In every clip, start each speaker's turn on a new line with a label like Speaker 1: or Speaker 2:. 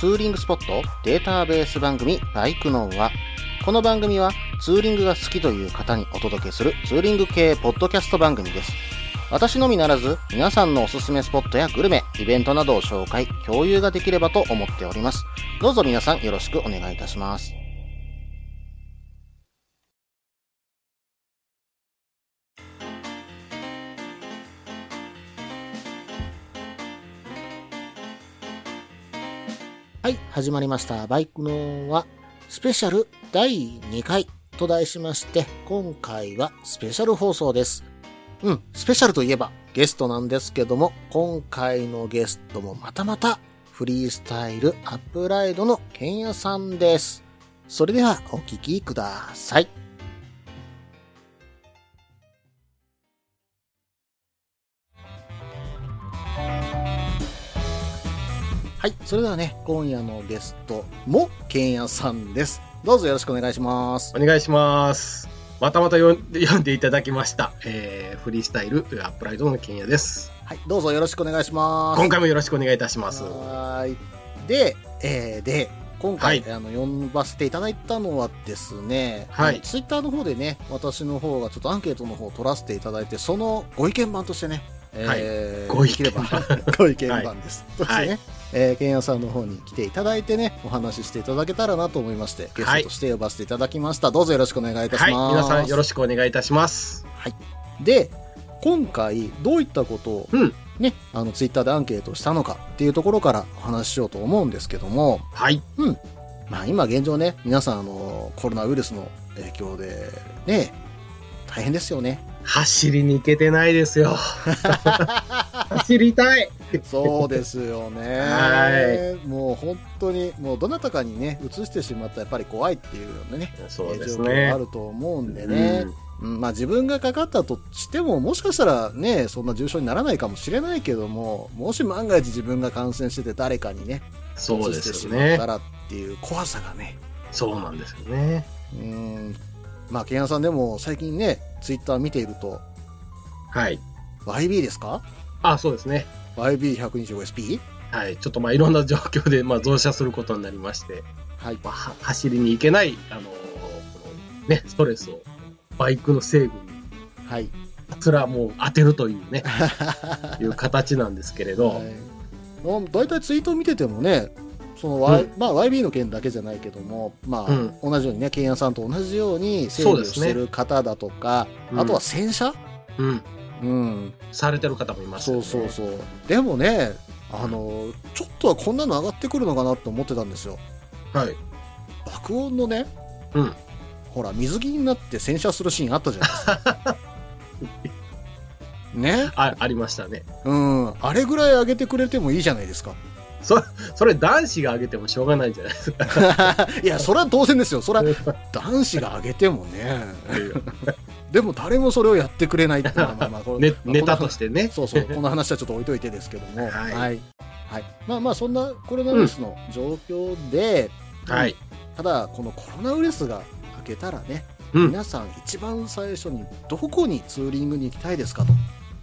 Speaker 1: ツーリングスポットデータベース番組バイクノンはこの番組はツーリングが好きという方にお届けするツーリング系ポッドキャスト番組です私のみならず皆さんのおすすめスポットやグルメイベントなどを紹介共有ができればと思っておりますどうぞ皆さんよろしくお願いいたしますはい、始まりました。バイクのはスペシャル第2回と題しまして、今回はスペシャル放送です。うん、スペシャルといえばゲストなんですけども、今回のゲストもまたまたフリースタイルアップライドのケンヤさんです。それではお聞きください。はい、それではね、今夜のゲストもケンヤさんです。どうぞよろしくお願いします。
Speaker 2: お願いします。またまた読ん読んでいただきました。えー、フリースタイルアップライドのケンヤです。
Speaker 1: はい、どうぞよろしくお願いします。
Speaker 2: 今回もよろしくお願いいたします。
Speaker 1: はーい。で、えーで、今回、
Speaker 2: は
Speaker 1: あの、呼ばせていただいたのはですね、
Speaker 2: はい
Speaker 1: あのツイッターの方でね、私の方がちょっとアンケートの方を取らせていただいて、そのご意見版としてね、えー
Speaker 2: ご意見
Speaker 1: できれば ご意見版です。として
Speaker 2: はい
Speaker 1: ね、えー、ケンヤさんの方に来ていただいてね、お話ししていただけたらなと思いまして、ゲストとして呼ばせていただきました。どうぞよろしくお願いいたします。
Speaker 2: はい、皆さんよろしくお願いいたします。
Speaker 1: で今回どういったことを、
Speaker 2: うん
Speaker 1: ね、あのツイッターでアンケートしたのかっていうところからお話ししようと思うんですけども、
Speaker 2: はい、
Speaker 1: まあ、今現状ね皆さんあのコロナウイルスの影響でね大変ですよ ね
Speaker 2: 走りに行けてないで すよ。走りたい。
Speaker 1: そうですよね
Speaker 2: は
Speaker 1: もう本当にもうどなたかにね移してしまったらやっぱり怖いっていうようなね
Speaker 2: そうです
Speaker 1: 状況が
Speaker 2: ね
Speaker 1: あ。ると思うんでね、
Speaker 2: うん
Speaker 1: うんまあ、自分がかかったとしても、もしかしたらね、そんな重症にならないかもしれないけども、もし万が一自分が感染してて誰かにね、
Speaker 2: そうで
Speaker 1: してし
Speaker 2: す
Speaker 1: まっ
Speaker 2: ね
Speaker 1: た。らっていう怖さがね、
Speaker 2: そうなんですよね。
Speaker 1: うん、まあ、ケンヤさんでも最近ね、ツイッター見ていると、
Speaker 2: はい。
Speaker 1: YB ですか
Speaker 2: あ、そうですね。
Speaker 1: ?YB125SP?
Speaker 2: はい。ちょっとまあいろんな状況でまあ増車することになりまして、
Speaker 1: はい。
Speaker 2: まあ、は走りに行けない、あのーこのね、ストレスをバイクの成分に
Speaker 1: はい。
Speaker 2: つらもう当てるという ね、いう形なんですけれど、
Speaker 1: はい、だいたいツイート見ててもね、その y
Speaker 2: う
Speaker 1: まあ、YB の件だけじゃないけども、まあ
Speaker 2: うん
Speaker 1: 同じようにね、ケンヤさんと同じように整
Speaker 2: そう
Speaker 1: 理を
Speaker 2: です
Speaker 1: し
Speaker 2: ね
Speaker 1: てる方だとか、
Speaker 2: うん
Speaker 1: あとは洗車、
Speaker 2: うん、
Speaker 1: うん、
Speaker 2: されてる方もいますよ
Speaker 1: そう
Speaker 2: ね。
Speaker 1: そうそう。でもね、あの、ちょっとはこんなの上がってくるのかなと思ってたんですよ。
Speaker 2: はい。
Speaker 1: 爆音のね、
Speaker 2: うん
Speaker 1: ほら、水着になって洗車するシーンあったじゃないですか。 ね、
Speaker 2: あ、ありましたね。
Speaker 1: うん、あれぐらい上げてくれてもいいじゃない ですか。
Speaker 2: それ男子が上げてもしょうがないんじゃないですか。
Speaker 1: いや、それは当然ですよ。それは 男子が上げてもね。でも誰もそれをやってくれないっていうのはまあまあこれ
Speaker 2: ね、ネタと
Speaker 1: て
Speaker 2: してね。
Speaker 1: そうそう、この話はちょっと置いといてですけども、は。
Speaker 2: はいい
Speaker 1: はいまあまあ、そんなコロナウイルスの状況で、
Speaker 2: はい。
Speaker 1: ただ、このコロナウイルスが明けたらね、
Speaker 2: うん。
Speaker 1: 皆さん一番最初にどこにツーリングに行きたいですかと。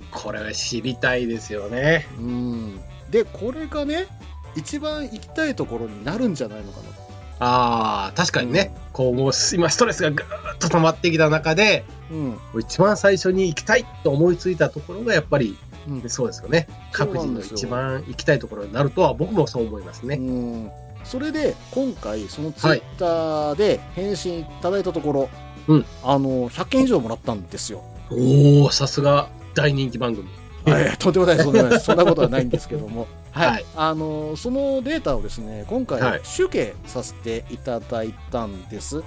Speaker 2: これは知りたいですよね。
Speaker 1: うん。で、これがね、一番行きたいところになるんじゃないのかなと。
Speaker 2: ああ、確かにね、こうもう今ストレスがぐーっと溜まってきた中で、
Speaker 1: うん。
Speaker 2: 一番最初に行きたいと思いついたところがやっぱり、
Speaker 1: うん
Speaker 2: そうですよね。
Speaker 1: そうな
Speaker 2: 各自
Speaker 1: ん
Speaker 2: の
Speaker 1: ですよ
Speaker 2: 一番行きたいところになるとは僕もそう思いますね。
Speaker 1: うん。それで、今回、そのツイッターで返信いただいたところ、
Speaker 2: うん
Speaker 1: あの、100件以上もらったんですよ。
Speaker 2: おおさすが大人気番組
Speaker 1: はい、とんでもないですとんでもないですそんなことはないんですけども、はい
Speaker 2: はい
Speaker 1: あのそのデータをですね今
Speaker 2: は
Speaker 1: 回
Speaker 2: い
Speaker 1: 集計させていただいたんです、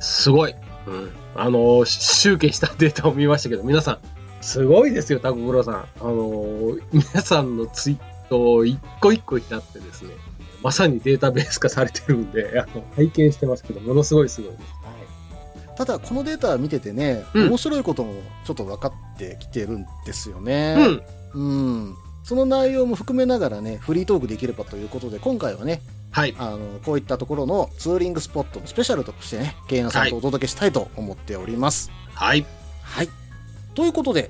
Speaker 2: すごい、うん、あのーし集計したデータを見ましたけど皆さんすごいですよタコクロさんあのー皆さんのツイートを一個一個いたってですねまさにデータベース化されてるんであの拝見してますけどものすごいすごいです、
Speaker 1: ただこのデータ見ててね、
Speaker 2: うん
Speaker 1: 面白いこともちょっと分かってきてるんですよ
Speaker 2: う
Speaker 1: ね
Speaker 2: ん
Speaker 1: うん、その内容も含めながらねフリートークできればということで今回はね
Speaker 2: はい
Speaker 1: あのこういったところのツーリングスポットのスペシャルとしてねケイナさんとお届けしたいと思っております、
Speaker 2: はい
Speaker 1: はい。ということで、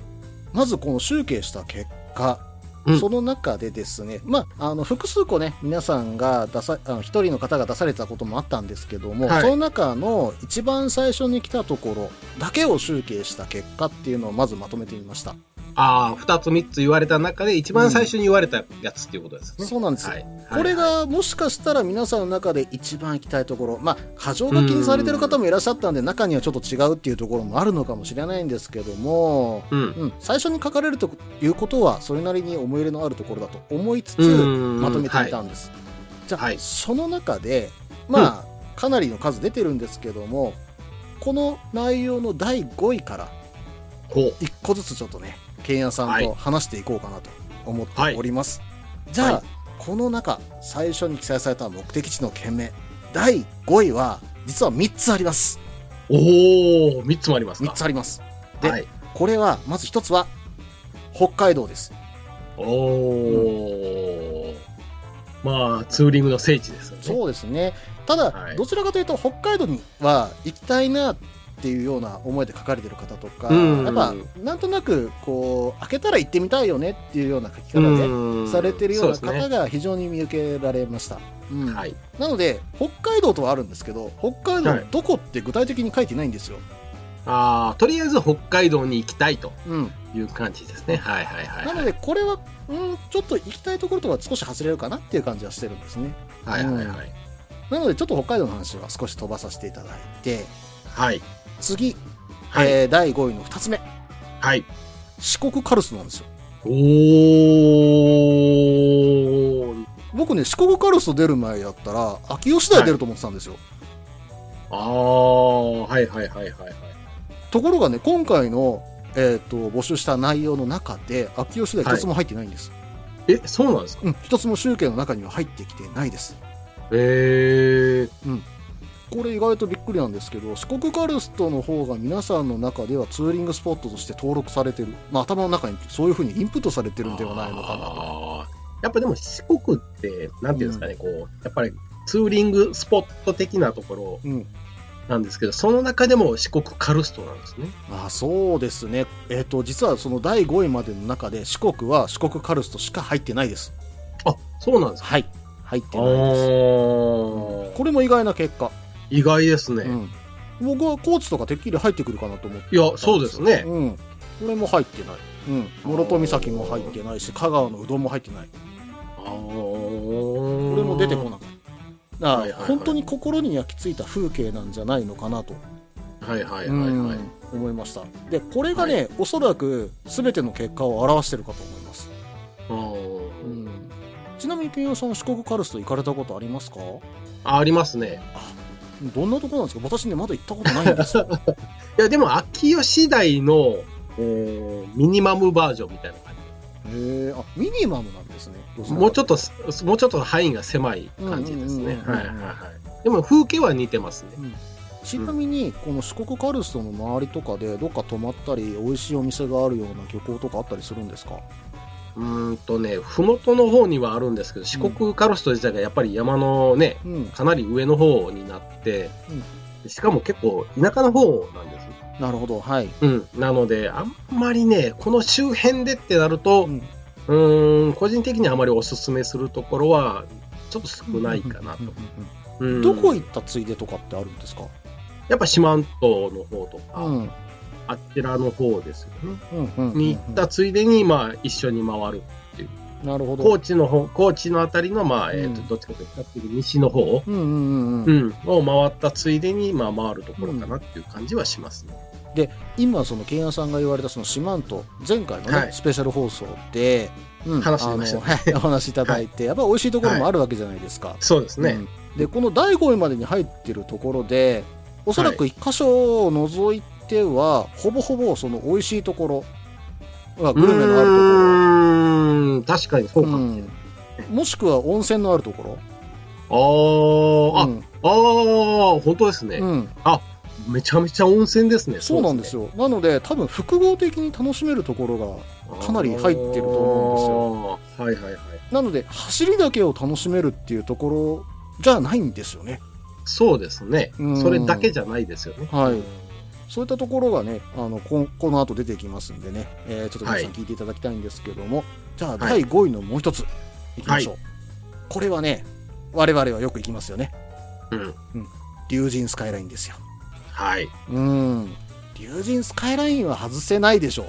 Speaker 1: まずこの集計した結果、
Speaker 2: うん
Speaker 1: その中でですね、まあ、あの、複数個ね、皆さんが出さ、あの、一人の方が出されてたこともあったんですけども、
Speaker 2: はい
Speaker 1: その中の一番最初に来たところだけを集計した結果っていうのをまずまとめてみました。
Speaker 2: ああ、二つ三つ言われた中で一番最初に言われたやつっていうことですね。
Speaker 1: そうなんですよ。
Speaker 2: はい。
Speaker 1: これがもしかしたら皆さんの中で一番行きたいところ、まあ、過剰書きにされてる方もいらっしゃったんで、中にはちょっと違うっていうところもあるのかもしれないんですけども、
Speaker 2: うん。
Speaker 1: うん、最初に書かれるということは、それなりに思い入れのあるところだと思いつつ、
Speaker 2: うん
Speaker 1: まとめてみたんです。じゃあ、
Speaker 2: はい
Speaker 1: その中で、まあ、かなりの数出てるんですけども、この内容の第5位から、
Speaker 2: ほう。
Speaker 1: 一個ずつちょっとね、ケンヤさ
Speaker 2: は
Speaker 1: ん
Speaker 2: い
Speaker 1: と話していこうかなと思っております。じゃあ、
Speaker 2: は
Speaker 1: この中、最初に記載された目的地の県名、第5位は、実は3つあります。
Speaker 2: おお、三つもありますか。
Speaker 1: 3つあります。で
Speaker 2: はい。
Speaker 1: これは、まず1つは、北海道です。
Speaker 2: おお、まあ、ツーリングの聖地ですよね。
Speaker 1: そうですね。ただ、
Speaker 2: はい
Speaker 1: どちらかというと、北海道には行きたいなっていうような思いで書かれてる方とか、
Speaker 2: うん
Speaker 1: やっぱ、なんとなく、こう、開けたら行ってみたいよねっていうような書き方
Speaker 2: う
Speaker 1: で、
Speaker 2: ん
Speaker 1: されてるような
Speaker 2: そうです
Speaker 1: 方
Speaker 2: ね
Speaker 1: が非常に見受けられました。うん
Speaker 2: はい。
Speaker 1: なので、北海道とはあるんですけど、北海道のどこって具体的に書いてないんですよ。
Speaker 2: ああ、とりあえず北海道に行きたいと
Speaker 1: うん。
Speaker 2: いう感じですね。はいはいはい。
Speaker 1: なので、これは、うん、ちょっと行きたいところとは少し外れるかなっていう感じはしてるんですね。
Speaker 2: はいはいはい。
Speaker 1: なので、ちょっと北海道の話は少し飛ばさせていただいて、
Speaker 2: はい。
Speaker 1: 次、
Speaker 2: はい。
Speaker 1: えー第5位の2つ目、
Speaker 2: はい。
Speaker 1: 四国カルスなんですよ。
Speaker 2: おお。
Speaker 1: 僕ね、四国カルス出る前やったら、秋吉台出ると思ってたんですよ。
Speaker 2: ああ、はいはいはいはいはい。
Speaker 1: ところがね、今回の、えっ、と、募集した内容の中で、秋吉台一つも入ってないんです。
Speaker 2: え、そうなんですか
Speaker 1: うん、一つも集計の中には入ってきてないです。
Speaker 2: ええ
Speaker 1: これ意外とびっくりなんですけど四国カルストの方が皆さんの中ではツーリングスポットとして登録されてる、まあ、頭の中にそういうふうにインプットされてるんではないのかなと
Speaker 2: あーやっぱでも四国って、なんていうんですかね、こう、やっぱりツーリングスポット的なところ
Speaker 1: うん、
Speaker 2: なんですけど、その中でも四国カルストなんですね。
Speaker 1: まあそうですねえっ、と実はその第5位までの中で四国は四国カルストしか入ってないです
Speaker 2: あ、そうなんですか。
Speaker 1: はい入って
Speaker 2: あ
Speaker 1: ないです
Speaker 2: ー
Speaker 1: これも意外な結果、
Speaker 2: 意外ですね。
Speaker 1: うん、僕は高知とかてっきり入ってくるかなと思って
Speaker 2: いや、そうですね。
Speaker 1: うん、これも入ってない、うん、室戸岬も入ってないし香川のうどんも入ってない
Speaker 2: こ
Speaker 1: これも出てこなかった。だから
Speaker 2: はいはいはい
Speaker 1: 本当に心に焼き付いた風景なんじゃないのかなと、
Speaker 2: はいはいはいはい。
Speaker 1: うん思いましたでこれがね、おそらく全ての結果を表してるかと思います、
Speaker 2: あー
Speaker 1: うんちなみにケンヨさんは四国カルスト行かれたことありますか
Speaker 2: あありますね。
Speaker 1: どんなところなんですか私ねまだ行ったことないんです よ
Speaker 2: いや、でも、秋吉台の、えーミニマムバージョンみたいな感
Speaker 1: へえあミニマムなんですね
Speaker 2: じ。もうちょ
Speaker 1: っ
Speaker 2: っとす、もうちょっと範囲が狭い感じですね。
Speaker 1: うんうんうんうん
Speaker 2: はいはいはい。でも、風景は似てますね。
Speaker 1: とちなみにこの四国カルストの周りとかでどっか泊まったり美味しいお店があるような漁港とかあったりするんですか
Speaker 2: うーんとね、ふもとの方にはあるんですけど、四国カルスト自体がやっぱり山のね、
Speaker 1: うん
Speaker 2: かなり上の方になって、しかも結構田舎の方なんです。
Speaker 1: なるほどはい、
Speaker 2: うん。なので、あんまりね、この周辺でってなると、
Speaker 1: うん
Speaker 2: うーん、個人的にあまりおすすめするところは、ちょっと少ないかな
Speaker 1: うんうん
Speaker 2: と。
Speaker 1: うん
Speaker 2: うん
Speaker 1: どこ行ったついでとかってあるんですか
Speaker 2: やっぱ四万十の方とか、
Speaker 1: うん。
Speaker 2: あちらの方ですよね。
Speaker 1: うんうん。
Speaker 2: に行ったついでに、まあ、一緒に回る。
Speaker 1: なるほど。
Speaker 2: 高知の方、高知のあたりの、まあ、
Speaker 1: うん
Speaker 2: えっ、と、どっちかというと、比較的西の方、
Speaker 1: うんうんうん
Speaker 2: う
Speaker 1: うん。
Speaker 2: ん、を回ったついでに、まあ、回るところかなっていう感じはしますね。
Speaker 1: 今、その、ケンヤさんが言われた、その、四万十、前回のね、
Speaker 2: はい
Speaker 1: スペシャル放送で、うん
Speaker 2: 話してましたね
Speaker 1: あのはいお話しいただい て、やっぱ美味しいところもあるわけじゃないですか。
Speaker 2: そうですね。
Speaker 1: うんで、この第5位までに入ってるところで、おそらく一箇所を除いては、ほぼほぼ、その、美味しいところ、まあグルメのあるところ、
Speaker 2: うーん、確かにそうか。
Speaker 1: うんもしくは温泉のあるところ。
Speaker 2: ああ、
Speaker 1: うん
Speaker 2: ああー、本当ですね、
Speaker 1: うん
Speaker 2: めちゃめちゃ温泉ですね。
Speaker 1: そうなんです
Speaker 2: よ。
Speaker 1: よ。なので、多分複合的に楽しめるところが、かなり入ってると思
Speaker 2: うんですよ。はいはいはい。
Speaker 1: なので、走りだけを楽しめるっていうところじゃないんですよね。
Speaker 2: そうですね
Speaker 1: うん。
Speaker 2: それだけじゃないですよね。
Speaker 1: はい。そういったところがね、あの、こんこの後出てきますんでね、えーちょっと皆さん聞いていただきたいんですけども、じゃあ第5位のもう一つ、いきましょう。これはね、我々はよく行きますよね。
Speaker 2: うん。
Speaker 1: 竜神スカイラインですよ。
Speaker 2: はい。
Speaker 1: うん。竜神スカイラインは外せないでしょ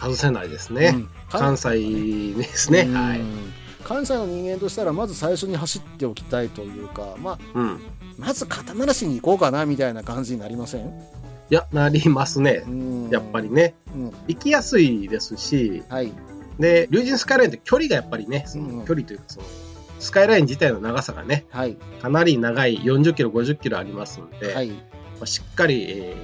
Speaker 2: 外せないです
Speaker 1: う。う
Speaker 2: ね。
Speaker 1: ん
Speaker 2: 関西ですね。
Speaker 1: うん
Speaker 2: はい。
Speaker 1: 関西の人間としたらまず最初に走っておきたいというか、まあ、
Speaker 2: うん。
Speaker 1: まず肩慣らしに行こうかなみたいな感じになりません
Speaker 2: いや、なりますね
Speaker 1: う。ん
Speaker 2: やっぱり、ね。
Speaker 1: うん
Speaker 2: 行きやすいですし、
Speaker 1: はい
Speaker 2: で、竜神スカイラインって距離がやっぱりね、そ
Speaker 1: うん
Speaker 2: の距離というか、その、スカイライン自体の長さがね、
Speaker 1: はい
Speaker 2: かなり長い40キロ、50キロありますので、
Speaker 1: はい
Speaker 2: まあしっかり、え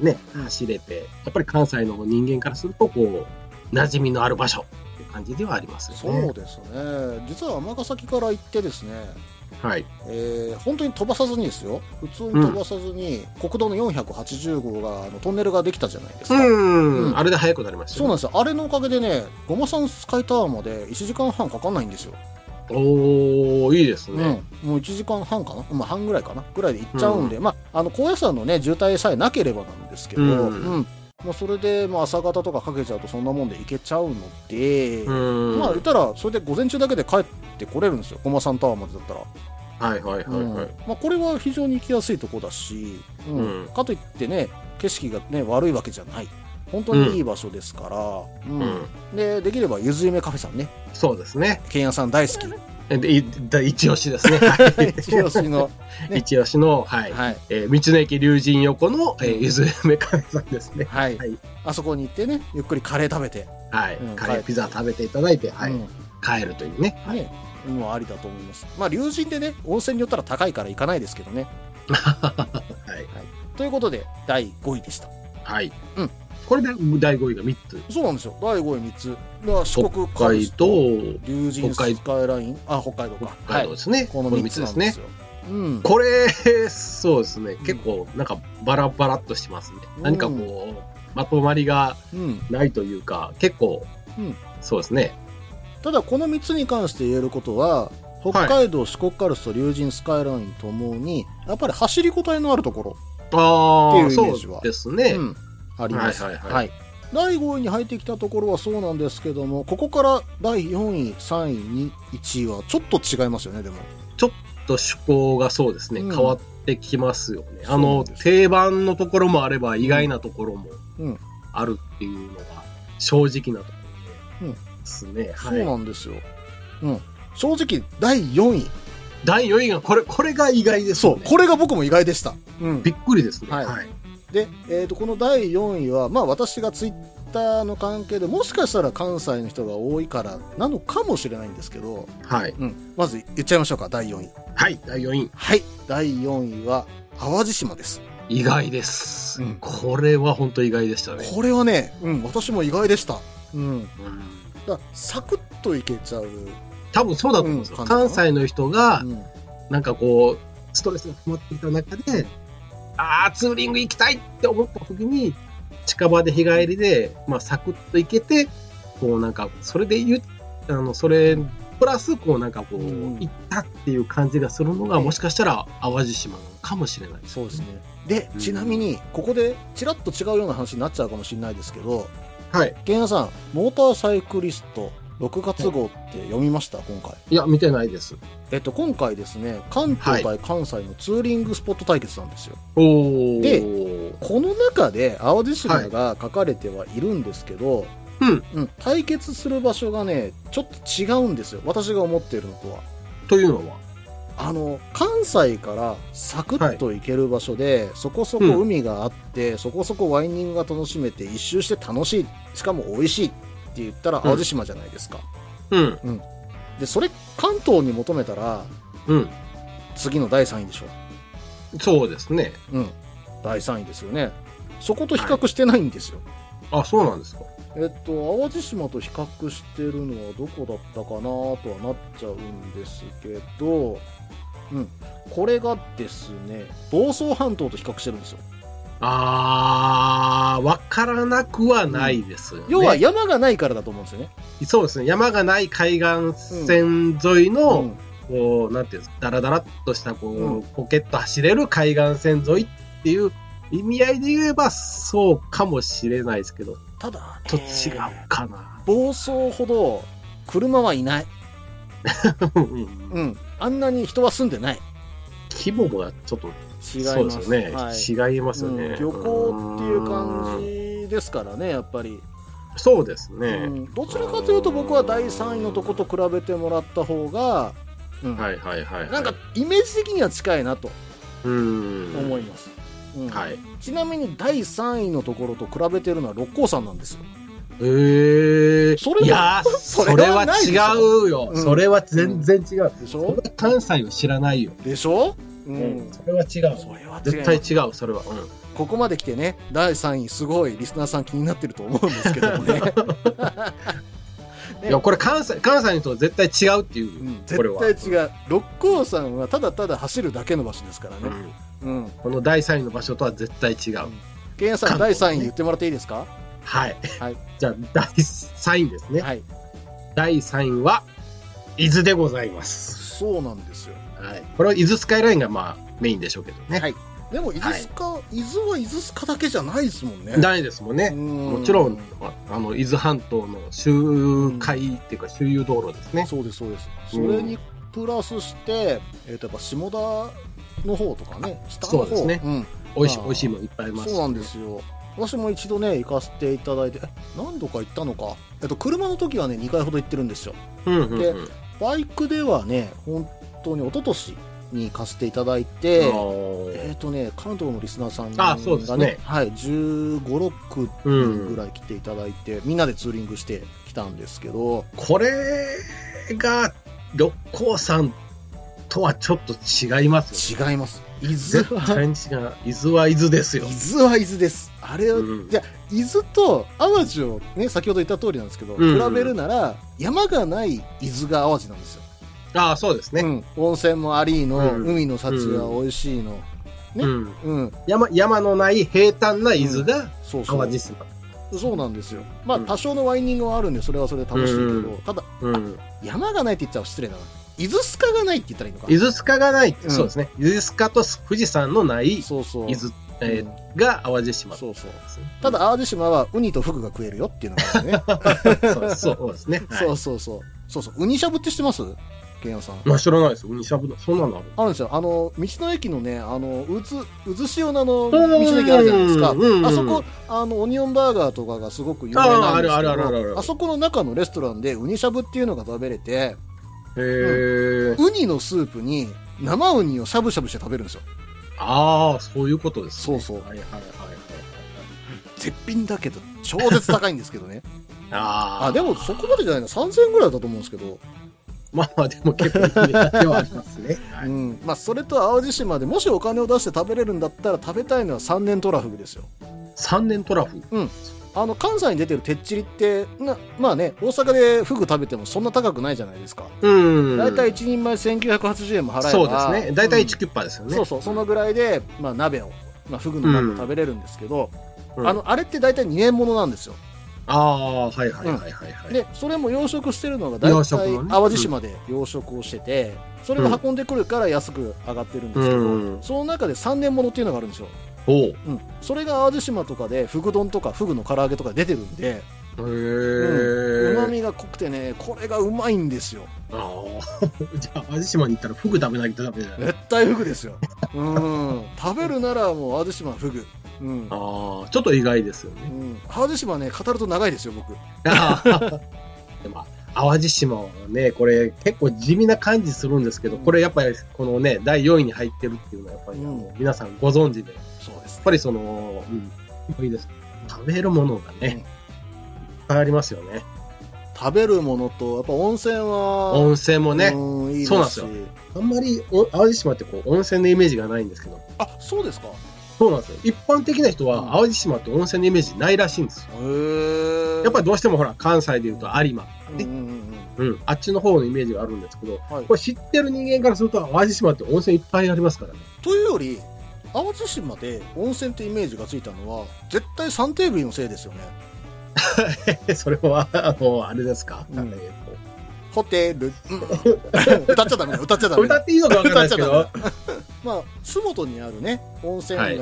Speaker 2: ーね、走れて、やっぱり関西の人間からすると、こう、馴染みのある場所っていう感じではあります
Speaker 1: そ
Speaker 2: よね
Speaker 1: う。ですね実は尼崎から行ってですね、
Speaker 2: はい。
Speaker 1: えー本当に飛ばさずにですよ普通に飛ばさずに、国道の480号があのトンネルができたじゃないです
Speaker 2: う
Speaker 1: か、
Speaker 2: ん、
Speaker 1: うん
Speaker 2: あれで速くなりました
Speaker 1: そうな
Speaker 2: よ
Speaker 1: ん
Speaker 2: ね。
Speaker 1: ですよあれのおかげでねゴマさんスカイタワーまで1時間半かかんないんですよ、
Speaker 2: おー、いいですね。
Speaker 1: うん、もう1時間半かな、まあ、半ぐらいかなぐらいで行っちゃうんで、まああの高野山のね渋滞さえなければなんですけど、う
Speaker 2: うんん
Speaker 1: まあ、それで、まあ、朝方とかかけちゃうとそんなもんで行けちゃうので、
Speaker 2: うん。
Speaker 1: まあ言ったらそれで午前中だけで帰ってこれるんですよ駒さんタワーまでだったら、
Speaker 2: はいはいはいはい。
Speaker 1: うんまあ、これは非常に行きやすいとこだし、うん
Speaker 2: うん
Speaker 1: かといってね景色がね悪いわけじゃない本当にいい場所ですから、うん
Speaker 2: うん。
Speaker 1: でできればゆずゆめカフェさんね
Speaker 2: そうですね。
Speaker 1: けんやさん大好 き
Speaker 2: で、いだ一押しですね。はい
Speaker 1: 一押しの、ね
Speaker 2: 一押しの、 はい。
Speaker 1: はい
Speaker 2: えー道の駅竜神横の、え
Speaker 1: う
Speaker 2: ー、
Speaker 1: ん
Speaker 2: ゆずめカレーさんですね。
Speaker 1: はい、
Speaker 2: はい
Speaker 1: あそこに行ってねゆっくりカレー食べて、
Speaker 2: はい。
Speaker 1: うん
Speaker 2: カレ
Speaker 1: は
Speaker 2: ー
Speaker 1: い
Speaker 2: ピザ食べていただいて、はい。
Speaker 1: うん
Speaker 2: 帰るというね。はい。
Speaker 1: ねもうありだと思いますまあ龍神でね温泉に寄ったら高いから行かないですけどね
Speaker 2: はい。
Speaker 1: ということで第5位でした
Speaker 2: はい。
Speaker 1: うん
Speaker 2: これで第5位が3つ。
Speaker 1: そうなんですよ第5位3つまあ四国
Speaker 2: 北海道、
Speaker 1: 龍神スカイラインあ北海道か
Speaker 2: 北海道
Speaker 1: はい
Speaker 2: ですね。
Speaker 1: この
Speaker 2: この
Speaker 1: 3
Speaker 2: 3
Speaker 1: つ
Speaker 2: つ
Speaker 1: な
Speaker 2: で
Speaker 1: ん
Speaker 2: す
Speaker 1: で
Speaker 2: ね
Speaker 1: す。ようん
Speaker 2: これ、そうですね。結構、なんか、バラバラっとしてますね。
Speaker 1: うん
Speaker 2: 何かこう、まとまりが
Speaker 1: うん
Speaker 2: ないというか、結構、
Speaker 1: うん
Speaker 2: そうですね。
Speaker 1: ただこの3つに関して言えることは北海道、四国カルスト龍神スカイラインともにやっぱり走りこたえのあるところ
Speaker 2: あ
Speaker 1: っ
Speaker 2: あ、
Speaker 1: ていうイメージ
Speaker 2: そ
Speaker 1: は
Speaker 2: うですね。
Speaker 1: うん、あります。は
Speaker 2: はいいはいはい
Speaker 1: 第5位に入ってきたところはそうなんですけども、ここから第4位、3位、に1位はちょっと違いますよね、でも。
Speaker 2: ちょっと趣向がそうですね、
Speaker 1: うん
Speaker 2: 変わってきますよね。
Speaker 1: そうな
Speaker 2: あ
Speaker 1: ん
Speaker 2: の
Speaker 1: です
Speaker 2: 定番のところもあれば意外なところも
Speaker 1: うん
Speaker 2: あるっていうのが正直なところ
Speaker 1: う
Speaker 2: で
Speaker 1: ん
Speaker 2: ですね。は
Speaker 1: そう
Speaker 2: い、
Speaker 1: なんですよ。うん。正直、第4位。
Speaker 2: 第4位がこれこれが意外です
Speaker 1: そ
Speaker 2: よ
Speaker 1: う、
Speaker 2: ね。
Speaker 1: これが僕も意外でした。うん。
Speaker 2: びっくりですね。
Speaker 1: は
Speaker 2: はいい、
Speaker 1: で、えっ、と、この第4位は、まあ私がツイッターの関係でもしかしたら関西の人が多いからなのかもしれないんですけど、
Speaker 2: はい、
Speaker 1: うん。まず言っちゃいましょうか、第4位。
Speaker 2: はい、第4位
Speaker 1: はい。第4位は、淡路島です。
Speaker 2: 意外です、
Speaker 1: うん
Speaker 2: これは本当意外でしたね。
Speaker 1: これはね、うん、私も意外でした。うん。
Speaker 2: うん
Speaker 1: だからサクッといけちゃう、
Speaker 2: 多分そうだと思うんですよ。
Speaker 1: うん
Speaker 2: 関西の人が
Speaker 1: うん
Speaker 2: なんかこう、ストレスが溜まっていた中で、ああ、ツーリング行きたいって思った時に、近場で日帰りで、まあ、サクッと行けて、こうなんか、それで言う、あの、それ、プラス、こうなんかこう、
Speaker 1: うん
Speaker 2: 行ったっていう感じがするのが、
Speaker 1: ね
Speaker 2: もしかしたら淡路島なのかもしれないです。
Speaker 1: そうですねで
Speaker 2: うん
Speaker 1: ちなみにここでちらっと違うような話になっちゃうかもしれないですけど
Speaker 2: はい。
Speaker 1: 源野さん「モーターサイクリスト」6月号って読みました今回
Speaker 2: いや、見てないです。
Speaker 1: えっと今回ですね関東対関西のツーリングスポット対決なんですよ、
Speaker 2: おー。
Speaker 1: でこの中で淡路島が書かれてはいるんですけど、
Speaker 2: うん。
Speaker 1: うん、対決する場所がねちょっと違うんですよ私が思っているのとは
Speaker 2: というのは、
Speaker 1: あの関西からサクッと行ける場所で、そこそこ
Speaker 2: うん
Speaker 1: 海があって、そこそこワイニングが楽しめて一周して楽しいしかも美味しいって言ったら
Speaker 2: ん
Speaker 1: 淡路島じゃないですか、
Speaker 2: うん、
Speaker 1: でそれ関東に求めたら
Speaker 2: うん。
Speaker 1: 次の第3位でしょ
Speaker 2: そうですね。
Speaker 1: うん第3位ですよねそこと比較してないんですよ、
Speaker 2: あ、そうなんですか。
Speaker 1: えっと淡路島と比較してるのはどこだったかなとはなっちゃうんですけどうんこれがですね房総半島と比較してるんですよ
Speaker 2: あー、わからなくはないですよね。
Speaker 1: 要は山がないからだと思うんですよね。
Speaker 2: そうですね、山がない海岸線沿いの、
Speaker 1: うん
Speaker 2: こう、なんていうんですか、だらだらっとした、こう、
Speaker 1: うん
Speaker 2: ポケット走れる海岸線沿いっていう意味合いで言えば、そうかもしれないですけど、
Speaker 1: ただ、
Speaker 2: ちょっ
Speaker 1: ね
Speaker 2: と違うかな。
Speaker 1: 暴走ほど車はいない。
Speaker 2: うん
Speaker 1: うん。あんなに人は住んでない。
Speaker 2: 規模がちょっと
Speaker 1: 違い
Speaker 2: そう
Speaker 1: ま。
Speaker 2: ですすね、
Speaker 1: はい
Speaker 2: 違いますよね、
Speaker 1: うん旅行っていう感
Speaker 2: うん
Speaker 1: じですからね、やっぱり。
Speaker 2: そうです
Speaker 1: う
Speaker 2: ね、
Speaker 1: ん、どちらかというと僕は第3位のとこと比べてもらった方が、うん
Speaker 2: はいはいはいはい
Speaker 1: なんかイメージ的には近いなと
Speaker 2: うん
Speaker 1: 思います、うん
Speaker 2: はい
Speaker 1: ちなみに第3位のところと比べてるのは六甲山なんですよ
Speaker 2: えー、
Speaker 1: それはい
Speaker 2: やーそれは違うよ、
Speaker 1: うん
Speaker 2: それは全然違う、
Speaker 1: でし
Speaker 2: それ
Speaker 1: ょ
Speaker 2: は関西を知らないよ、
Speaker 1: でしょ、うん
Speaker 2: それは違う
Speaker 1: それは違い
Speaker 2: 絶
Speaker 1: ま
Speaker 2: 対
Speaker 1: す
Speaker 2: 違うそれは、うん
Speaker 1: ここまで来てね第3位すごいリスナーさん気になってると思うんですけども ね、ね
Speaker 2: いやこれ関西関西の人は絶対違うっていう、
Speaker 1: うん
Speaker 2: これ
Speaker 1: 絶
Speaker 2: は
Speaker 1: 対違う六甲山はただただ走るだけの場所ですから
Speaker 2: う
Speaker 1: ね
Speaker 2: ん
Speaker 1: うん
Speaker 2: この第3位の場所とは絶対違う、
Speaker 1: ケンヤさん第3位言ってもらっていいですか
Speaker 2: はい、
Speaker 1: はい
Speaker 2: じゃあ第3位ですね、
Speaker 1: はい
Speaker 2: 第3位は伊豆でございます
Speaker 1: そうなんですよ
Speaker 2: はい、これは伊豆スカイラインがまあメインでしょうけどね。
Speaker 1: はいでも伊豆スカ、伊豆は伊豆スカだけじゃないですもんね
Speaker 2: ないですもんね。
Speaker 1: も
Speaker 2: もちろん、あの、伊豆半島の周回っていうか周遊道路ですね。
Speaker 1: そうですそうですそれにプラスして、えー、とやっぱ下田の方とかね下の方
Speaker 2: そうですね
Speaker 1: ん
Speaker 2: 美味しい、
Speaker 1: あー
Speaker 2: 美味しいもんいっぱいあります。
Speaker 1: そうなんですよ私も一度ね行かせていただいてえ何度か行ったのか、えっと、車の時はね2回ほど行ってるんですよ
Speaker 2: うんうんうん。
Speaker 1: でバイクではね本当に一昨年に行かせていただい
Speaker 2: あ
Speaker 1: てえ
Speaker 2: ー
Speaker 1: っとね関東のリスナーさんが
Speaker 2: あそうですね
Speaker 1: はい1 5 6
Speaker 2: うん
Speaker 1: ぐらい来ていただいて、みんなでツーリングしてきたんですけど
Speaker 2: これが六甲山とはちょっと違いますよ。
Speaker 1: 違います伊
Speaker 2: 絶
Speaker 1: 豆は
Speaker 2: 対に違う。伊豆は伊豆です
Speaker 1: 伊
Speaker 2: よ。
Speaker 1: 豆は伊豆ですあれを、
Speaker 2: うん
Speaker 1: じゃあ伊豆と淡路をね先ほど言った通りなんですけど、
Speaker 2: うん
Speaker 1: 比べるなら山がない伊豆が淡路なんですよ、
Speaker 2: ああ、そうです
Speaker 1: う
Speaker 2: ね。
Speaker 1: ん、温泉もありの、
Speaker 2: うん
Speaker 1: 海の幸が美味しいのね
Speaker 2: うん
Speaker 1: うん、
Speaker 2: 山、山のない平坦な伊豆が
Speaker 1: そうそ
Speaker 2: 淡路
Speaker 1: う
Speaker 2: 島。
Speaker 1: そうなんですよまあ
Speaker 2: うん
Speaker 1: 多少のワインディングはあるんでそれはそれで楽しいけど、
Speaker 2: うん
Speaker 1: ただ
Speaker 2: うん。
Speaker 1: 山がないって言ったら失礼だな伊豆スカがないって言ったらいいのか
Speaker 2: 伊豆スカがない、
Speaker 1: うん
Speaker 2: そうですね。伊豆スカと富士山のない伊
Speaker 1: そうそう
Speaker 2: 豆、え
Speaker 1: う
Speaker 2: ー
Speaker 1: ん
Speaker 2: が淡路島
Speaker 1: そうそう
Speaker 2: ですね
Speaker 1: ただ淡路島はウニとフグが食えるよっていうのがあるね
Speaker 2: そうそうですね。はい
Speaker 1: そうそうそうそうそうウニしゃぶって知ってますケンヤさん
Speaker 2: まあ知らないです。ウニしゃぶの。そんなのある。
Speaker 1: あるんですよ。あの、道の駅のね、あの、うず、うず塩のあの、道の駅あるじゃないですか
Speaker 2: うんうんう。ん
Speaker 1: あそこ、あの、オニオンバーガーとかがすごく有名なんです
Speaker 2: あーあるあ
Speaker 1: け
Speaker 2: るあるあるあ
Speaker 1: ど、
Speaker 2: る
Speaker 1: あそこの中のレストランでウニしゃぶっていうのが食べれて、
Speaker 2: へえ。
Speaker 1: ウニのスープに生ウニをしゃぶしゃぶして食べるんですよ。
Speaker 2: ああ、そういうことです、ね。
Speaker 1: そうそう
Speaker 2: はいはいはいはいはい。
Speaker 1: 絶品だけど、超絶高いんですけどね。
Speaker 2: ああ。
Speaker 1: あ、でもそこまでじゃないな。3000円ぐらいだったと思うんですけど。
Speaker 2: まあまあ、でも結構いい値段ではありますね。は
Speaker 1: う
Speaker 2: い
Speaker 1: ん。まあ、それと淡路島でもしお金を出して食べれるんだったら食べたいのは三年トラフグですよ。
Speaker 2: 三年トラフ。
Speaker 1: あの関西に出てるてっちりってなまあね大阪でフグ食べてもそんな高くないじゃないですか
Speaker 2: うん
Speaker 1: 大体、一人前1980円も払えば
Speaker 2: そうですね。大体
Speaker 1: うん
Speaker 2: 1キュッパーですよね。
Speaker 1: そうそうそのぐらいで、まあ、鍋を、まあ、フグの鍋を食べれるんですけど、
Speaker 2: うん
Speaker 1: あのあれって大体2円ものなんですよ
Speaker 2: ああ、はいはいはいはいはい。
Speaker 1: でそれも養殖してるのが大
Speaker 2: 養
Speaker 1: 体、
Speaker 2: 殖のね
Speaker 1: 淡路島で養殖をしててそれが運んでくるから安く上がってるんですけど、
Speaker 2: うん
Speaker 1: その中で3年ものっていうのがあるんですよ、
Speaker 2: おう。へ
Speaker 1: うん、それが淡路島とかでフグ丼とかフグの唐揚げとか出てるんでうま
Speaker 2: え。
Speaker 1: みが濃くてねこれがうまいんですよ
Speaker 2: ああ。 じゃあ、淡路島に行ったらフグ食べなきゃダメじゃない
Speaker 1: 絶対フグですようん食べるならもう淡路島フグうん、
Speaker 2: ああ、ちょっと意外ですよ
Speaker 1: う
Speaker 2: ね。
Speaker 1: ん、淡路島ね語ると長いですよ僕
Speaker 2: ああでも、淡路島はね、これ結構地味な感じするんですけど、これやっぱりこのね、第4位に入ってるっていうのはやっぱりあの、
Speaker 1: うん
Speaker 2: 皆さんご存知で、やっ
Speaker 1: そうです
Speaker 2: ぱりその、うん、いいです。食べるものがね、
Speaker 1: うん
Speaker 2: いっぱいありますよね。
Speaker 1: 食べるものとやっぱ温泉は
Speaker 2: 温泉もね、
Speaker 1: うんいいですし
Speaker 2: そうなんですよあんまりお淡路島ってこう温泉のイメージがないんですけど、
Speaker 1: あそうですかへ
Speaker 2: そうなんですよ。一般的な人
Speaker 1: うん
Speaker 2: は淡路島って温泉のイメージないらしいんですよ。
Speaker 1: え
Speaker 2: やっぱりどうしてもほら、関西でいうと有馬、
Speaker 1: り、うんうんうんうん
Speaker 2: うん、あっちの方のイメージがあるんですけど、
Speaker 1: はい
Speaker 2: これ知ってる人間からすると、淡路島って温泉いっぱいありますからね。
Speaker 1: というより淡路島で温泉ってイメージがついたのは絶対サンテーブリのせいですよね
Speaker 2: それは、あの、あれですか、
Speaker 1: うん
Speaker 2: えーと
Speaker 1: ホテル、うん歌っちゃダメだ歌っちゃダメだ
Speaker 2: 歌っていいのかわかんないですけど、
Speaker 1: まあ洲本にあるね温泉街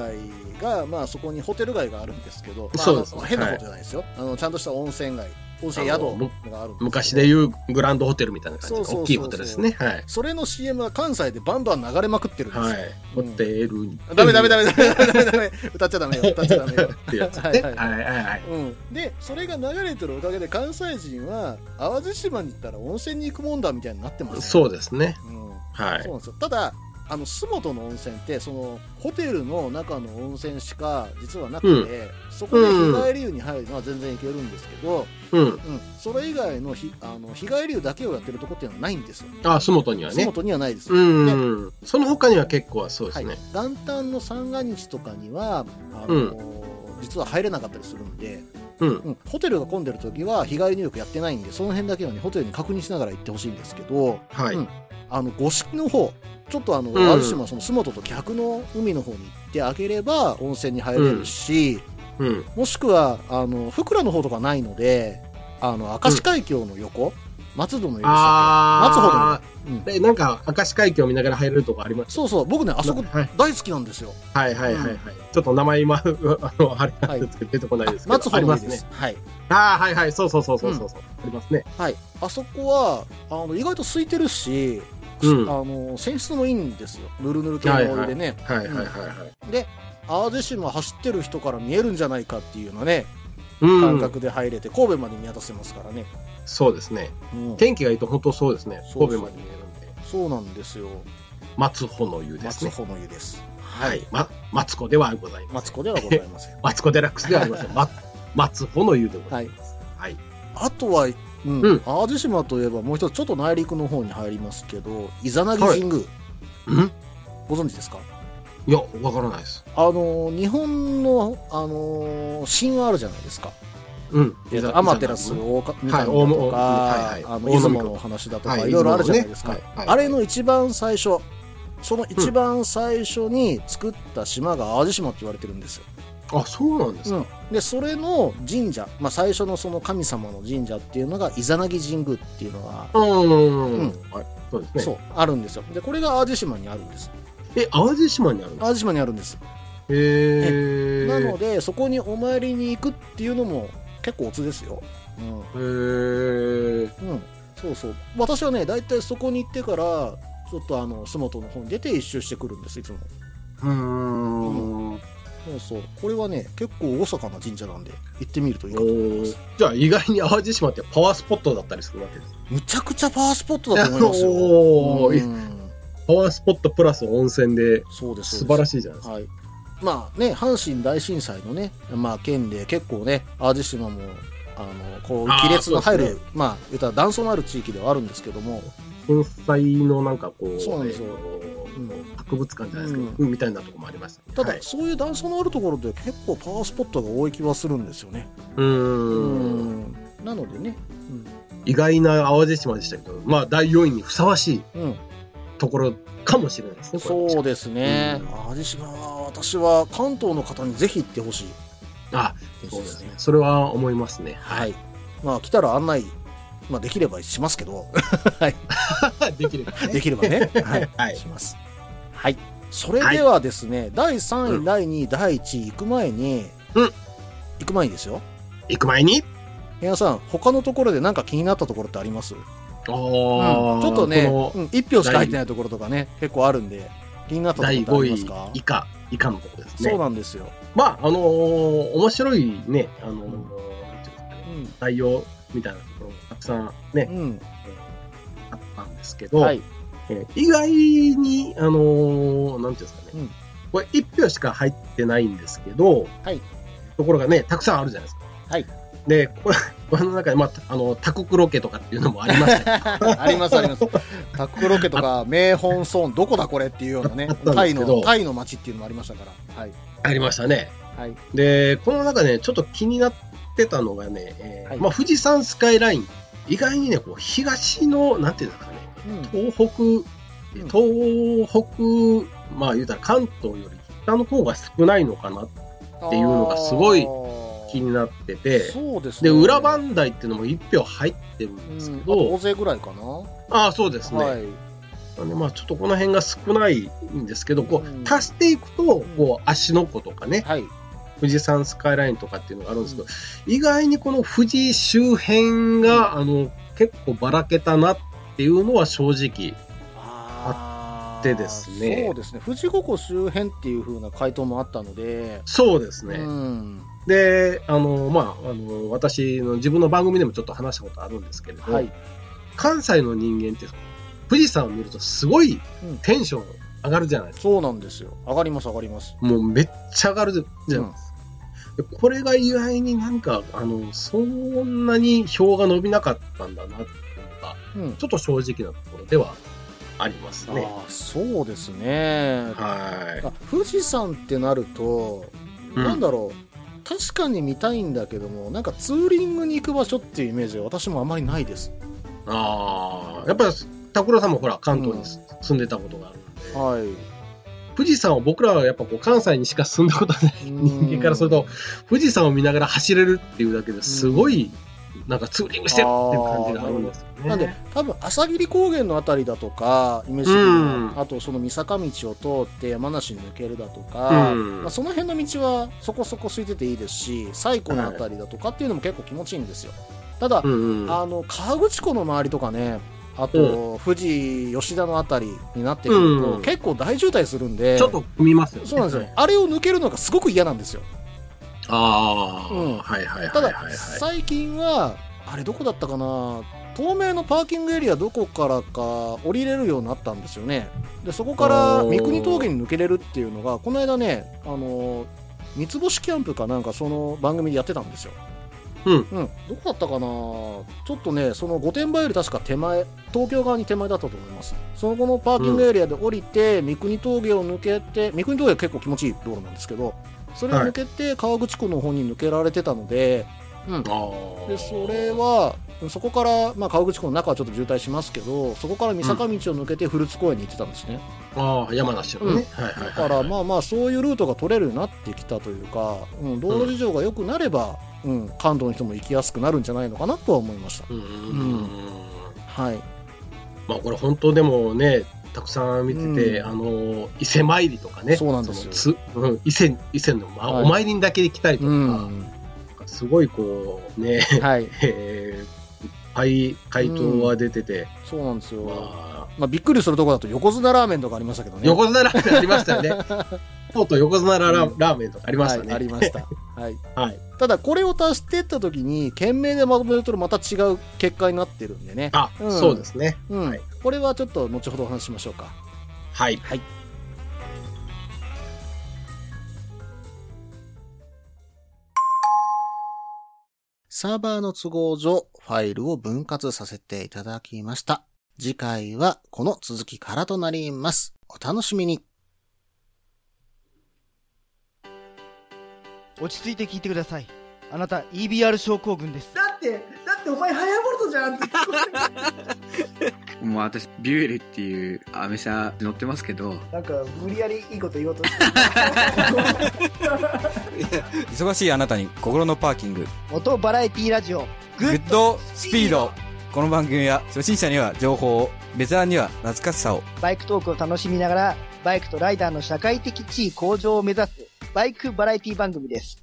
Speaker 1: が、まあそこにホテル街があるんですけど、まあ
Speaker 2: そうです
Speaker 1: あの変なことじゃないですよ。あの、ちゃんとした温泉街、温泉宿があるんですけど
Speaker 2: 昔でいうグランドホテルみたいな感じ
Speaker 1: そうそうそうそう
Speaker 2: 大きいホテルですね。はい。
Speaker 1: それの CM は関西でバンバン流れまくってるんですよ。
Speaker 2: はい。ホテルに。
Speaker 1: ダメダメダメダメダメダメ歌っちゃダメよ歌っちゃダメよ。
Speaker 2: ってやつね。
Speaker 1: は
Speaker 2: はいい
Speaker 1: は
Speaker 2: はいはい。
Speaker 1: うん、でそれが流れてるおかげで関西人は淡路島に行ったら温泉に行くもんだみたいになってます,、
Speaker 2: そううですね。
Speaker 1: うん
Speaker 2: は
Speaker 1: そう
Speaker 2: い。
Speaker 1: なんですよただあの洲本の温泉ってそのホテルの中の温泉しか実はなくて、そこで日帰り湯に入るのは全然行けるんですけど、
Speaker 2: うん。
Speaker 1: うんそれ以外のひあの日帰り湯だけをやってるとこっていうのはないんですよ
Speaker 2: あ、洲本には
Speaker 1: 洲
Speaker 2: ね。
Speaker 1: 本にはないです、
Speaker 2: うん。その他には結構はそうで
Speaker 1: は
Speaker 2: す
Speaker 1: い
Speaker 2: ね。、
Speaker 1: 元旦の三が日とかにはあの、実は入れなかったりするんで、
Speaker 2: うん。
Speaker 1: うん、ホテルが混んでる時は日帰り入浴やってないんでその辺だけはねホテルに確認しながら行ってほしいんですけど
Speaker 2: はい。
Speaker 1: うんあの五色の方ちょっとあの、
Speaker 2: ん
Speaker 1: ある種のその洲本と逆の海の方に行ってあげれば温泉に入れるし、
Speaker 2: うん。
Speaker 1: もしくはあの福倉の方とかないのであの明石海峡の横、松戸の横でしたっ
Speaker 2: ああ。
Speaker 1: けうん
Speaker 2: で、なんか、明石海峡見ながら入れるとこあります
Speaker 1: そうそう僕ねあそこ
Speaker 2: はい
Speaker 1: 大好きなんですよ
Speaker 2: はいはいはいはい。ちょっと名前今、あの、あれなんですけど、出てこないですけど。
Speaker 1: 松
Speaker 2: あ
Speaker 1: 穂
Speaker 2: り
Speaker 1: の
Speaker 2: ま
Speaker 1: 方
Speaker 2: す
Speaker 1: で
Speaker 2: ね
Speaker 1: す。はい
Speaker 2: ああ、はいはい。そうそうそうそうそうそう。ありますね。
Speaker 1: はい、あそこはあの意外と空いてるし、
Speaker 2: うん
Speaker 1: あの泉質もいいんですよぬるぬる系のお湯でね、
Speaker 2: はいはいはいはい。
Speaker 1: で淡路島走ってる人から見えるんじゃないかっていうようなね
Speaker 2: う
Speaker 1: 感
Speaker 2: ん。
Speaker 1: 覚で入れて、神戸まで見渡せますからね、
Speaker 2: そうですね。
Speaker 1: うん
Speaker 2: 天気がいいと本当そうですね。
Speaker 1: そう
Speaker 2: 神
Speaker 1: そう
Speaker 2: 戸まで見えるんで。
Speaker 1: そうなんですよ
Speaker 2: 松穂の湯です
Speaker 1: 松
Speaker 2: ね。
Speaker 1: 穂の湯です
Speaker 2: はい。ま、松子ではございま
Speaker 1: 松
Speaker 2: せん。
Speaker 1: 子ではございません
Speaker 2: 松子デラックスではあり ません。ま、松穂の湯でござ
Speaker 1: はいい
Speaker 2: ます。はい。
Speaker 1: あとは、うん
Speaker 2: うん
Speaker 1: 淡路島といえばもう一つちょっと内陸の方に入りますけど伊佐奈木神宮、
Speaker 2: うん
Speaker 1: ご存知ですか
Speaker 2: いや、わからないです。
Speaker 1: あの日本の、あの神話あるじゃないですか
Speaker 2: うん。
Speaker 1: えーとアマテラス大神だ
Speaker 2: はい大
Speaker 1: と
Speaker 2: 物
Speaker 1: か、
Speaker 2: はいはい
Speaker 1: あの出
Speaker 2: 大物
Speaker 1: 雲のお話だとか、、
Speaker 2: はいい
Speaker 1: ろいろあるじゃないですか、
Speaker 2: 出雲のねはい
Speaker 1: あれの一番最初その一番最初に作った島が淡路島って言われてるんですよ、
Speaker 2: あ、そうなんですか。
Speaker 1: うんでそれの神社、まあ、最初のその神様の神社っていうのが伊佐奈木神宮っていうのが、
Speaker 2: うん。
Speaker 1: うん
Speaker 2: はい。そうですね。
Speaker 1: そうあるんですよでこれが淡路島にあるんです
Speaker 2: え、淡路島にあるんですか
Speaker 1: 淡路島にあるんです
Speaker 2: へー。
Speaker 1: なのでそこにお参りに行くっていうのも結構おつですよ、うん、
Speaker 2: へー。
Speaker 1: うん、そうそう私はね大体そこに行ってからちょっとあの洲本の方に出て一周してくるんですいつも
Speaker 2: うーん。
Speaker 1: そうそうこれはね結構厳かな神社なんで行ってみるといいかと思い
Speaker 2: お
Speaker 1: ます
Speaker 2: じゃあ意外に淡路島ってパワースポットだったりするわけです。
Speaker 1: むちゃくちゃパワースポットだと思いますよ
Speaker 2: おー
Speaker 1: うん
Speaker 2: パワースポットプラス温泉で
Speaker 1: そうです
Speaker 2: 素晴ら
Speaker 1: し
Speaker 2: しいじゃないですか。
Speaker 1: はいまあね阪神大震災のね、まあ、県で結構ね淡路島もあのこう
Speaker 2: あー
Speaker 1: 亀裂の入
Speaker 2: そう
Speaker 1: る、
Speaker 2: です
Speaker 1: まあ言ったら断層のある地域ではあるんですけども
Speaker 2: 震災のなんかこう、
Speaker 1: そうなんですよ
Speaker 2: えー
Speaker 1: うん
Speaker 2: 博物館じゃないですけど、みたいなとこもありましたね。
Speaker 1: ただ、
Speaker 2: はい
Speaker 1: そういう断層のあるところで結構パワースポットが多い気はするんですよね
Speaker 2: うーん
Speaker 1: うんなのでね、
Speaker 2: 意外な淡路島でしたけど、まあ第4位にふさわしい
Speaker 1: うんうん
Speaker 2: ところかもしれないですね。これは
Speaker 1: そうですね、
Speaker 2: うん
Speaker 1: 淡路島は私は関東の方にぜひ行ってほしい
Speaker 2: あ、
Speaker 1: ですね
Speaker 2: そうですね。それは思いますね。
Speaker 1: は
Speaker 2: はい
Speaker 1: い、まあ来たら案内、まあ、できればしますけ ど
Speaker 2: できれば、
Speaker 1: で
Speaker 2: ね。
Speaker 1: きればね、はい
Speaker 2: はい
Speaker 1: しますはいそれではですね、第3位、
Speaker 2: うん
Speaker 1: 第2位第1位行く前に、
Speaker 2: うん
Speaker 1: 行く前にですよ
Speaker 2: 行く前に、
Speaker 1: 皆さん他のところで何か気になったところってあります
Speaker 2: あー
Speaker 1: うんちょっとね、
Speaker 2: この
Speaker 1: うん、1票しか入ってないところとかね結構あるんで気になったところ
Speaker 2: 第
Speaker 1: ってあ
Speaker 2: 5
Speaker 1: りま
Speaker 2: 位
Speaker 1: すか
Speaker 2: 以下、以下のところですね。
Speaker 1: そうなんですよ、
Speaker 2: まあ、あのー面白いね、あのーなんていうんですかね
Speaker 1: う
Speaker 2: 内容みたいなところもたくさんね、
Speaker 1: んうん、
Speaker 2: あったんですけど、
Speaker 1: はい
Speaker 2: えー意外に、あのーなんていうんですかね、
Speaker 1: うん
Speaker 2: これ1票しか入ってないんですけど、
Speaker 1: はい
Speaker 2: ところがね、たくさんあるじゃないですか。
Speaker 1: はい
Speaker 2: で、これ、 これの中で、まあ、たあの、タコクロケとかっていうのもあ りましたけ
Speaker 1: ありますあります。タックロケとか、名本村、どこだこれっていうよう なね
Speaker 2: あっ、たん
Speaker 1: タ
Speaker 2: で
Speaker 1: イ
Speaker 2: すけど
Speaker 1: の、タイの街っていうのもありましたから。はい。
Speaker 2: どありましたね。
Speaker 1: はい。
Speaker 2: で、この中で、ね、ちょっと気になってたのがね、えー
Speaker 1: はい
Speaker 2: まあ、富士山スカイライン、意外にね、こう、東の、なんていうんですかね、
Speaker 1: うん。
Speaker 2: 東北、
Speaker 1: ん
Speaker 2: 東北、まあ言うたら関東より北の方が少ないのかなってっていうのがすごい気になってて、
Speaker 1: そうです
Speaker 2: で、
Speaker 1: ね。
Speaker 2: 裏
Speaker 1: で
Speaker 2: 磐梯っていうのも1票入ってるんです
Speaker 1: す
Speaker 2: け
Speaker 1: けど、
Speaker 2: ど、
Speaker 1: 大勢ぐらいかな。
Speaker 2: ああ、そうですね。
Speaker 1: はい。
Speaker 2: なんでまあちょっとこの辺が少ないんですけど、こ
Speaker 1: うん
Speaker 2: う足していくと、こう芦ノ湖とかね、
Speaker 1: はい。
Speaker 2: 富士山スカイラインとかっていうのがあるんですけど、意外にこの富士周辺が、あの、結構ばらけたなっていうのは正直、
Speaker 1: あー
Speaker 2: ってですね
Speaker 1: そうですね。富士五湖周辺っていう風な回答もあったので、
Speaker 2: そうですね。
Speaker 1: うん。
Speaker 2: で、あの、まあ、あの、私の自分の番組でもちょっと話したことあるんですけれど、
Speaker 1: はい。
Speaker 2: 関西の人間って、富士山を見るとすごいテンション上がるじゃないですか。
Speaker 1: そうなんですよ。上がります、上がります。
Speaker 2: もうめっちゃ上がるじゃないですか。でこれが意外になんか、あの、そんなに票が伸びなかったんだなっていうのが、
Speaker 1: うん。
Speaker 2: ちょっと正直なところではありますね。
Speaker 1: ああ、そうですね。
Speaker 2: はい。
Speaker 1: あ富士山ってなると、
Speaker 2: うん
Speaker 1: なんだろう確かに見たいんだけどもなんかツーリングに行く場所っていうイメージが私もあまりないです、
Speaker 2: ああ、やっぱり、拓郎さんもほら、関東に住んでたことがある。
Speaker 1: はい、
Speaker 2: 富士山を僕らはやっぱこう関西にしか住んだことない人間からすると、富士山を見ながら走れるっていうだけですごい、なんかツーリングしてるっていう感じがあるんですよね。
Speaker 1: なんで多分朝霧高原のあたりだとかイメージ的には
Speaker 2: うん
Speaker 1: あとその三坂道を通って山梨に抜けるだとか、
Speaker 2: うん
Speaker 1: まあ、その辺の道はそこそこ空いてていいですし西湖のあたりだとかっていうのも結構気持ちいいんですよただ、
Speaker 2: うんうん
Speaker 1: あの河口湖の周りとかねあと、富士吉田のあたりになってくると、
Speaker 2: うん
Speaker 1: 結構大渋滞するんで
Speaker 2: ちょっと見ますよね。
Speaker 1: そうなん ですよ。あれを抜けるのがすごく嫌なんですよ。
Speaker 2: ああ、
Speaker 1: うん
Speaker 2: はいはい
Speaker 1: た
Speaker 2: は
Speaker 1: だ、
Speaker 2: いはい、はい。
Speaker 1: 最近は、あれどこだったかな透明のパーキングエリアどこからか降りれるようになったんですよね。で、そこから
Speaker 2: おー
Speaker 1: 三国峠に抜けれるっていうのが、この間ね、あの、三つ星キャンプかなんかその番組でやってたんですよ。
Speaker 2: うん
Speaker 1: どこだったかなちょっとね、その御殿場より確か手前、東京側に手前だったと思います。その後のパーキングエリアで降りて、三国峠を抜けて、三国峠は結構気持ちいい道路なんですけど、それを抜けて、川口湖の方に抜けられてたので、うん。
Speaker 2: ああ。
Speaker 1: で、それ、は、そこから、まあ、川口湖の中はちょっと渋滞しますけど、そこから三坂道を抜けて、古津公園に行ってたんですね。
Speaker 2: ああ、山梨のね。はいはいはい。
Speaker 1: だからまあまあそういうルートが取れるようになってきたというか、うん、道路事情が良くなれば、うん、関東の人も行きやすくなるんじゃないのかなとは思いました。
Speaker 2: うんうんうん
Speaker 1: う
Speaker 2: うんん。
Speaker 1: はい、
Speaker 2: まあこれ本当でもね、たくさん見てて、
Speaker 1: うん
Speaker 2: あの、伊勢参りとかね。
Speaker 1: そうなんですよ
Speaker 2: そのつうん、伊勢、伊勢の、まあ
Speaker 1: はい
Speaker 2: お参りにだけ行きたいと
Speaker 1: う
Speaker 2: か、
Speaker 1: ん、
Speaker 2: すごいこう、ね、
Speaker 1: はい、
Speaker 2: えーいっぱい回答は出てて、
Speaker 1: そうなんですよ。ま
Speaker 2: まあ、
Speaker 1: あびっくりするところだと横綱ラーメンとかありましたけどね。
Speaker 2: 横綱ラーメンありましたよね。 とうとう横綱ラ,、
Speaker 1: うん
Speaker 2: ラーメンとかありました
Speaker 1: はい、
Speaker 2: ね。
Speaker 1: ありま した。はい。
Speaker 2: はい
Speaker 1: ただこれを足してった時に懸命でまとめるとまた違う結果になってるんでね。
Speaker 2: あ、
Speaker 1: うん
Speaker 2: そうですね。
Speaker 1: うん、
Speaker 2: はい
Speaker 1: これはちょっと後ほどお話ししましょうか。
Speaker 2: はい。
Speaker 1: サーバーの都合上、ファイルを分割させていただきました。次回はこの続きからとなります。お楽しみに。
Speaker 3: 落ち着いて聞いてくださいあなた EBR 症候群です
Speaker 4: だって、だってお前ハイアボルトじゃんって。
Speaker 5: もう私、ビュエルっていうアメ車乗ってますけど、
Speaker 4: なんか、無理やりいいこと言おうとして。
Speaker 6: 忙しいあなたに心のパーキング
Speaker 3: 元バラエティラジオグ
Speaker 6: グッドスピードこの番組は初心者には情報をベテランには懐かしさを
Speaker 3: バイクトークを楽しみながらバイクとライダーの社会的地位向上を目指すバイクバラエティ番組です